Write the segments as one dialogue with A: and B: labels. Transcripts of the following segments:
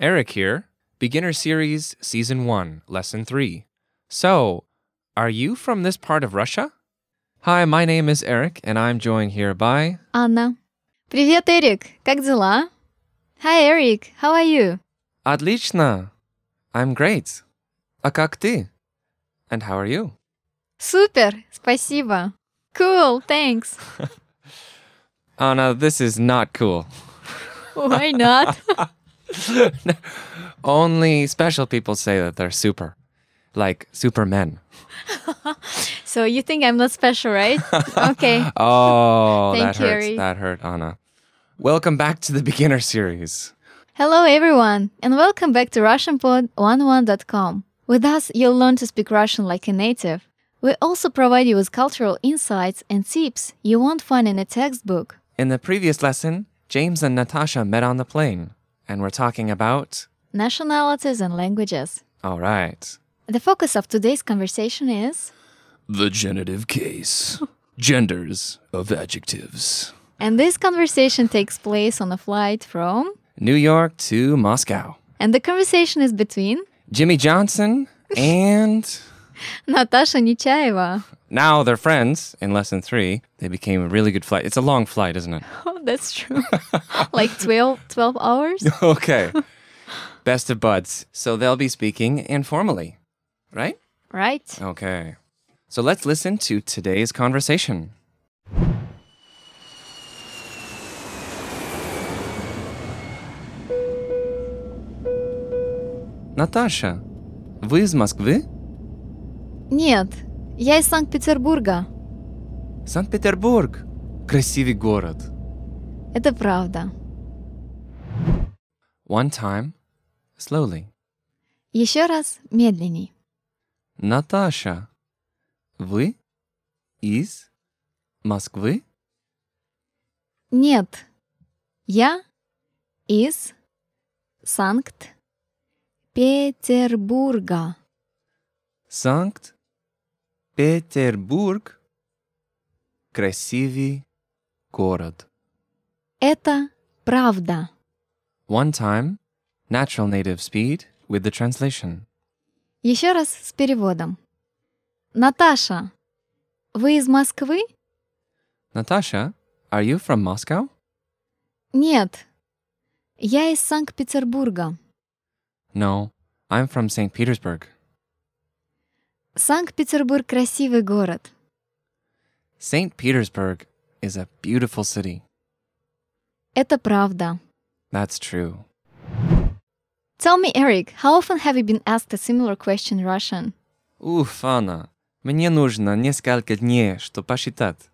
A: Eric here, Beginner Series, Season 1, Lesson 3. So, are you from this part of Russia? Hi, my name is Eric, and I'm joined here by.
B: Анна. Привет, Эрик. Как дела? Hi, Eric. How are you?
A: Отлично! I'm great. А как ты? And how are you?
B: Супер. Спасибо. Cool. Thanks.
A: Oh, no, this is not cool.
B: Why not?
A: Only special people say that they're super, like supermen.
B: So you think I'm not special, right? Okay.
A: Oh,
B: Thank
A: that
B: you,
A: hurts.
B: Ari.
A: That hurt, Anna. Welcome back to the beginner series.
B: Hello, everyone, and welcome back to RussianPod11.com. With us, you'll learn to speak Russian like a native. We also provide you with cultural insights and tips you won't find in a textbook.
A: In the previous lesson, James and Natasha met on the plane, and we're talking about.
B: Nationalities and languages.
A: All right.
B: The focus of today's conversation is
C: The genitive case. Genders of adjectives.
B: And this conversation takes place on a flight from,
A: New York to Moscow.
B: and the conversation is between
A: Jimmy Johnson and.
B: Natasha Nichaeva.
A: Now they're friends in lesson three. They became a really good flight. It's a long flight, isn't it?
B: Oh, that's true. like 12, 12 hours?
A: Okay. Best of buds. So they'll be speaking informally, right?
B: Right.
A: Okay. So let's listen to today's conversation. Наташа, вы из Москвы?
B: Нет, я из Санкт-Петербурга.
A: Санкт-Петербург. Красивый город.
B: Это правда.
A: One time, slowly.
B: Еще раз медленней.
A: Наташа, вы из Москвы?
B: Нет, я из Санкт-Петербурга.
A: Санкт Петербург красивый город.
B: Это правда.
A: One time, natural native speed with the translation.
B: Еще раз с переводом. Наташа, вы из Москвы?
A: Natasha, are you from Moscow?
B: Нет, я из Санкт-Петербурга.
A: No, I'm from St. Petersburg.
B: Санкт-Петербург красивый город.
A: St. Petersburg is a beautiful city.
B: Это правда.
A: That's true.
B: Tell me, Eric, how often have you been asked a similar question in Russian?
A: Уф, Анна, мне нужно несколько дней, чтобы посчитать.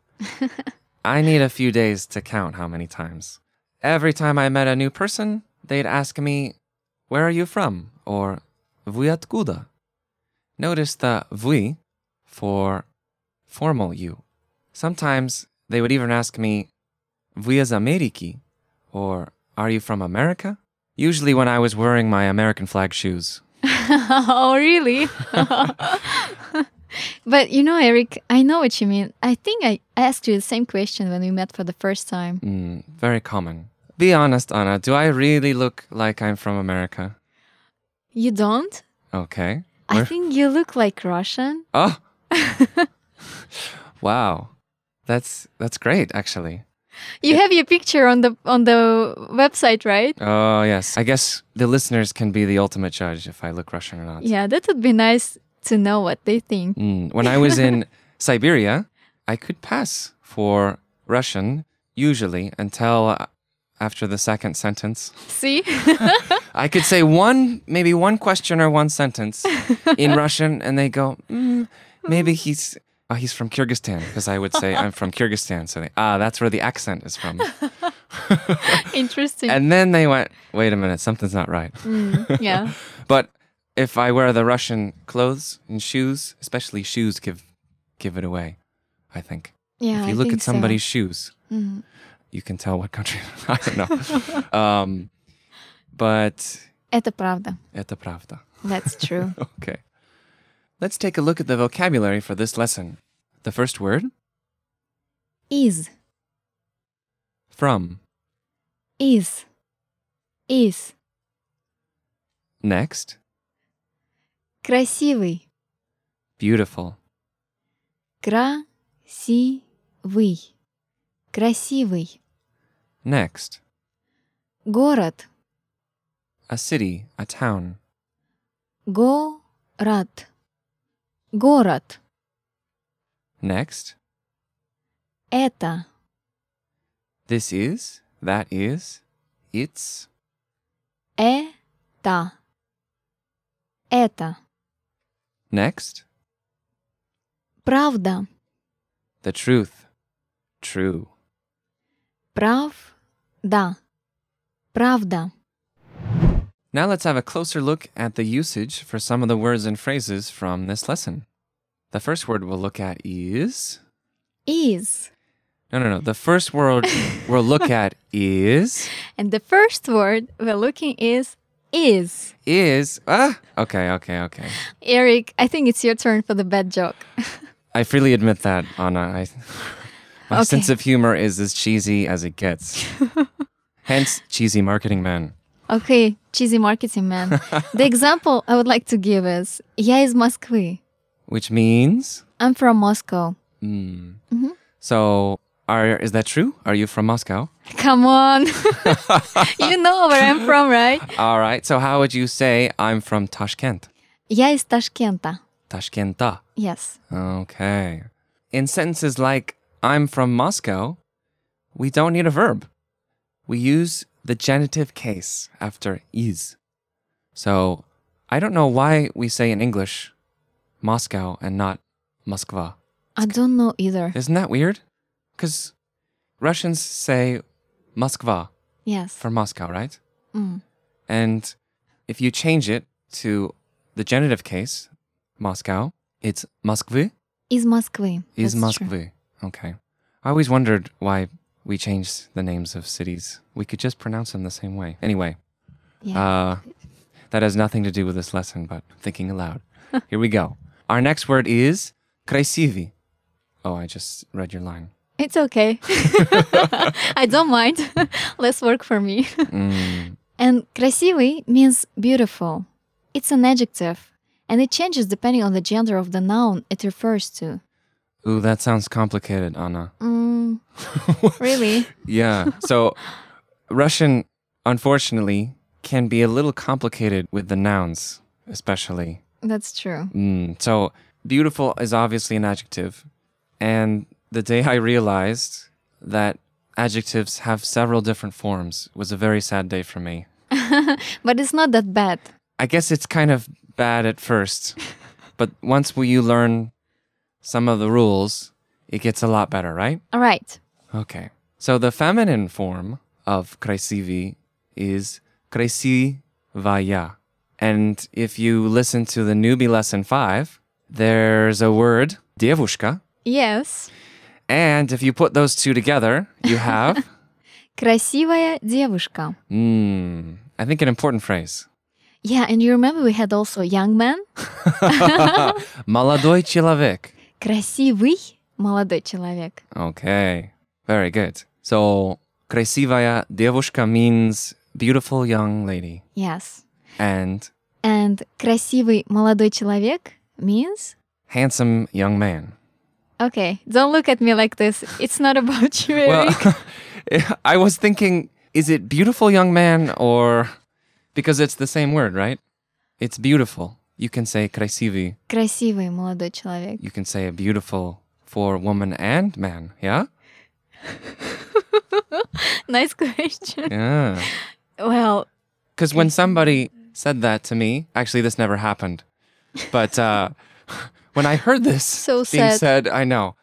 A: I need a few days to count how many times. Every time I met a new person, they'd ask me, Where are you from? or Вы откуда? Notice the вы for formal you. Sometimes they would even ask me, Вы из Америки? or Are you from America? Usually when I was wearing my American flag shoes.
B: oh, really? but you know, Eric, I know what you mean. I think I asked you the same question when we met for the first time.
A: Mm, very common. Be honest, Anna. Do I really look like I'm from America?
B: You don't?
A: Okay.
B: I
A: Where-
B: think you look like Russian.
A: Oh. wow. That's that's great, actually.
B: You have your picture on the on the website, right?
A: Oh yes. I guess the listeners can be the ultimate judge if I look Russian or not.
B: Yeah, that would be nice to know what they think.
A: Mm, when I was in Siberia, I could pass for Russian usually until uh, after the second sentence.
B: See?
A: I could say one, maybe one question or one sentence in Russian, and they go, mm, maybe he's oh, he's from Kyrgyzstan because I would say I'm from Kyrgyzstan, so they ah that's where the accent is from,
B: Interesting.
A: and then they went, wait a minute, something's not right.
B: Mm, yeah.
A: But if I wear the Russian clothes and shoes, especially shoes, give give it away, I think.
B: Yeah.
A: if
B: I
A: you look
B: think
A: at
B: so.
A: somebody's shoes,
B: Mhm.
A: you can tell what country. I don't know, um, but
B: Это правда.
A: это правда.
B: That's true.
A: Okay. Let's take a look at the vocabulary for this lesson. The first word,
B: Is,
A: from.
B: is, is.
A: Next.
B: Красивый.
A: Beautiful.
B: Красивый. Красивый.
A: Next.
B: Город.
A: A city, a town.
B: Город. Город.
A: Next.
B: Это.
A: This is, that is, it's.
B: Это. Это.
A: Next.
B: Правда.
A: The truth. True.
B: Правда. Правда.
A: Now let's have a closer look at the usage for some of the words and phrases from this lesson. The first word we'll look at is.
B: Is.
A: No, no, no. The first word we'll look at is.
B: And the first word we're looking is is.
A: Is. Ah! Okay, okay, okay.
B: Eric, I think it's your turn for the bad joke.
A: I freely admit that, Anna. I, my
B: Okay.
A: sense of humor is as cheesy as it gets. Hence, cheesy marketing man.
B: Okay, cheesy marketing man. the example I would like to give is Я из Москвы.
A: Which means.
B: I'm from Moscow.
A: Mm. So, are is that true? Are you from Moscow?
B: Come on. you know where I'm from, right?
A: All right. So, how would you say I'm from Tashkent?
B: Я из Ташкента.
A: Tashkenta.
B: Yes.
A: Okay. In sentences like I'm from Moscow, we don't need a verb. We use the genitive case after is. So, I don't know why we say in English Moscow and not Moskva.
B: I don't know either.
A: Isn't that weird? Because Russians say Moskva
B: Yes.
A: for Moscow, right?
B: Mm.
A: And if you change it to the genitive case, Moscow, it's Moskvy,
B: Из Москвы.
A: is
B: That's true.
A: Moskvy. Okay. I always wondered why we changed the names of cities. We could just pronounce them the same way. Anyway,
B: Yeah.
A: uh, that has nothing to do with this lesson, but thinking aloud. Here we go. Our next word is красивый. Oh, I just read your line.
B: It's okay. I don't mind. Less work for me.
A: Mm,
B: And красивый means beautiful. It's an adjective, and it changes depending on the gender of the noun it refers to.
A: Ooh, that sounds complicated, Anna.
B: Mm, really?
A: Yeah. So Russian, unfortunately, can be a little complicated with the nouns, especially.
B: That's true.
A: Mm. So beautiful is obviously an adjective. And the day I realized that adjectives have several different forms was a very sad day for me.
B: But it's not that bad.
A: I guess it's kind of bad at first, but once we, you learn some of the rules, it gets a lot better, right?
B: All right.
A: Okay. So the feminine form of красивый is красивая. And if you listen to the newbie lesson 5, there's a word, девушка.
B: Yes.
A: And if you put those two together, you have,
B: Красивая девушка.
A: mm, I think, an important phrase.
B: Yeah, and you remember we had also young man?
A: Молодой человек.
B: Красивый молодой человек.
A: Okay. Very good. So, красивая девушка means beautiful young lady.
B: Yes.
A: And
B: And красивый молодой человек means
A: handsome young man.
B: Okay, don't look at me like this. It's not about you, Eric.
A: Well, I was thinking, is it beautiful young man or because it's the same word, right? It's beautiful. You can say красивый.
B: Красивый молодой человек.
A: You can say beautiful for woman and man. Yeah.
B: Nice question.
A: Yeah.
B: Well,
A: Because
B: Mm.
A: when somebody said that to me, actually, this never happened. But uh, when I heard this
B: So
A: being
B: sad.
A: said, I know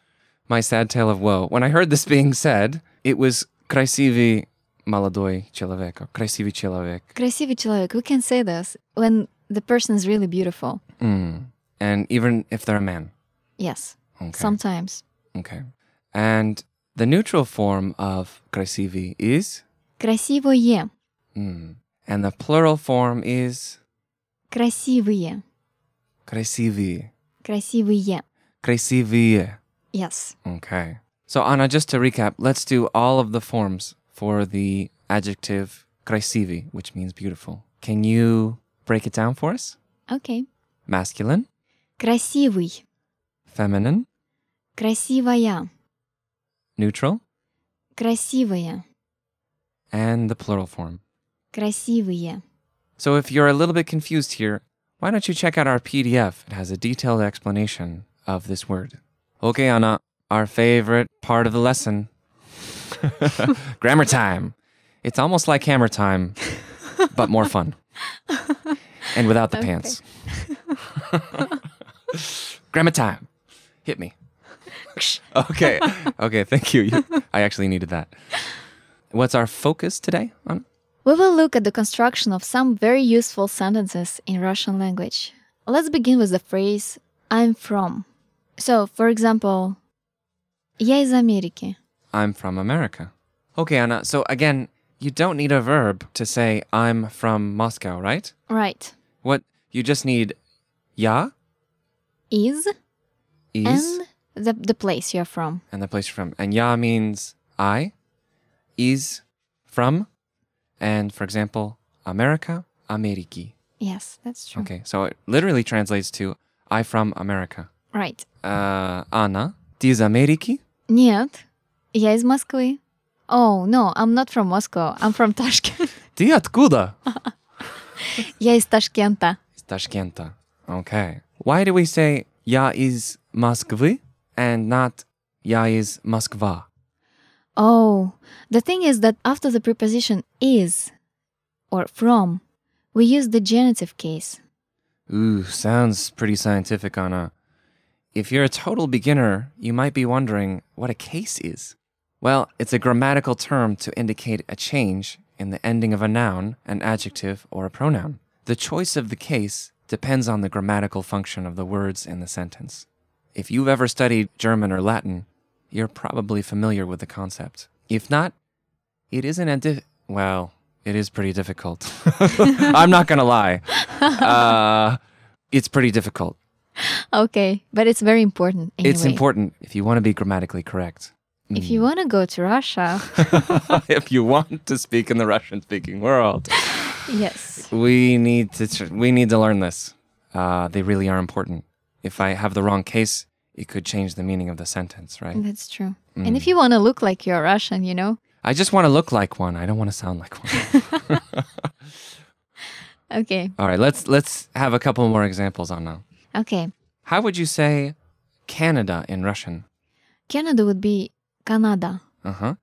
A: my sad tale of woe. When I heard this being said, it was красивый молодой человек or красивый человек.
B: красивый человек, we can say this when the person is really beautiful.
A: Mm. And even if they're a man.
B: Yes,
A: Okay.
B: sometimes.
A: okay. And the neutral form of красивый is,
B: Красивое,
A: mm. and the plural form is
B: красивые,
A: красивые.
B: красивые.
A: Красивые.
B: Yes.
A: Okay. So Anna, just to recap, let's do all of the forms for the adjective красивый, which means beautiful. Can you Break it down for us.
B: Окей.
A: Masculine,
B: Красивый.
A: feminine,
B: Красивая.
A: neutral,
B: Красивая.
A: and the plural form.
B: Красивые.
A: So if you're a little bit confused here, why don't you check out our PDF? It has a detailed explanation of this word. Okay, Anna, our favorite part of the lesson grammar time. It's almost like hammer time, but more fun and without the pants. grammar time. Hit me. okay. Okay. Thank you. you. I actually needed that. What's our focus today, Anna?
B: We will look at the construction of some very useful sentences in Russian language. Let's begin with the phrase I'm from. So, for example, Я из Америки.
A: I'm from America. Okay, Anna. So again, you don't need a verb to say I'm from Moscow, right?
B: Right.
A: What you just need ya
B: Is,
A: is
B: and the, the place you're from.
A: and the place you're from. And ya means I, is from, and for example, America, Ameriki.
B: Yes, that's true.
A: Okay, so it literally translates to I from America.
B: Right.
A: Uh, Anna, diz Ameriki?
B: Нет, я из Москвы. Oh, no, I'm not from Moscow. I'm from Tashkent.
A: Ты откуда?
B: я из Ташкента.
A: Из Ташкента. Okay. Why do we say я из Москвы and not я из Москва?
B: Oh, the thing is that after the preposition is or from, we use the genitive case.
A: Ooh, sounds pretty scientific, Anna. If you're a total beginner, you might be wondering what a case is. Well, it's a grammatical term to indicate a change in the ending of a noun, an adjective, or a pronoun. The choice of the case depends on the grammatical function of the words in the sentence. If you've ever studied German or Latin, you're probably familiar with the concept. If not, it isn't a di- well, it is pretty difficult. I'm not gonna lie. Uh, it's pretty difficult.
B: Okay, but it's very important. Anyway.
A: It's important if you want to be grammatically correct.
B: If you want to go to Russia,
A: if you want to speak in the Russian-speaking world,
B: yes.
A: we need to tr- we need to learn this. Uh, they really are important. If I have the wrong case, it could change the meaning of the sentence, right?
B: That's true. And
A: Mm.
B: if you want to look like you're Russian, you know?
A: I just want to look like one. I don't want to sound like one.
B: Okay,
A: All right, let's let's have a couple more examples on now.
B: okay.
A: How would you say Canada in Russian?
B: Canada would be Canada.
A: Uh huh.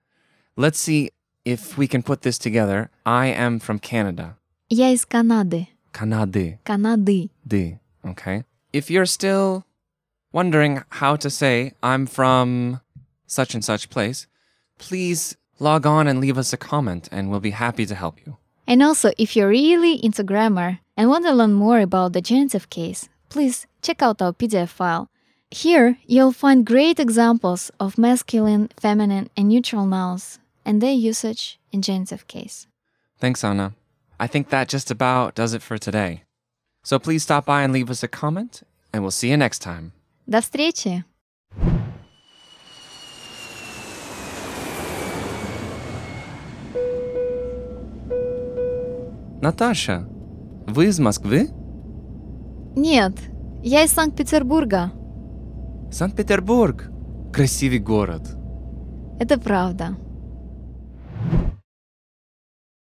A: Let's see if we can put this together. I am from Canada.
B: Я из Канады.
A: Канады.
B: Канады.
A: D. Okay. If you're still wondering how to say I'm from such and such place, please log on and leave us a comment and we'll be happy to help you.
B: And also, if you're really into grammar and want to learn more about the genitive case, please check out our PDF file. Here, you'll find great examples of masculine, feminine, and neutral nouns and their usage in genitive case.
A: Thanks, Anna. I think that just about does it for today. So please stop by and leave us a comment, and we'll see you next time.
B: До встречи!
A: Natasha, вы из Москвы?
B: Нет, я из Санкт-Петербурга.
A: Санкт-Петербург. Красивый город.
B: Это правда.